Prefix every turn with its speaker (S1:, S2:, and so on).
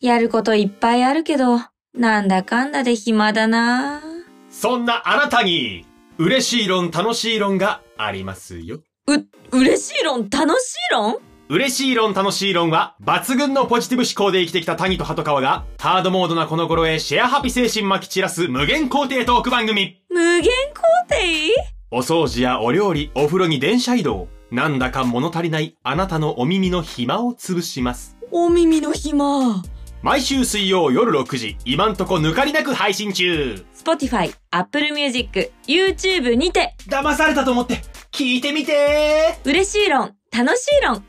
S1: やることいっぱいあるけど、なんだかんだで暇だな
S2: そんなあなたに、嬉しい論、楽しい論がありますよ。
S1: う、嬉しい論、楽しい論
S2: 嬉しい論、楽しい論は、抜群のポジティブ思考で生きてきた谷と鳩川が、ハードモードなこの頃へシェアハピ精神まき散らす無限肯定トーク番組。
S1: 無限肯定
S2: お掃除やお料理、お風呂に電車移動。なんだか物足りないあなたのお耳の暇を潰します。
S1: お耳の暇。
S2: 毎週水曜夜6時、今んとこ抜かりなく配信中。
S1: Spotify、Apple Music、YouTube にて、
S2: 騙されたと思って、聞いてみてー
S1: 嬉しい論、楽しい論、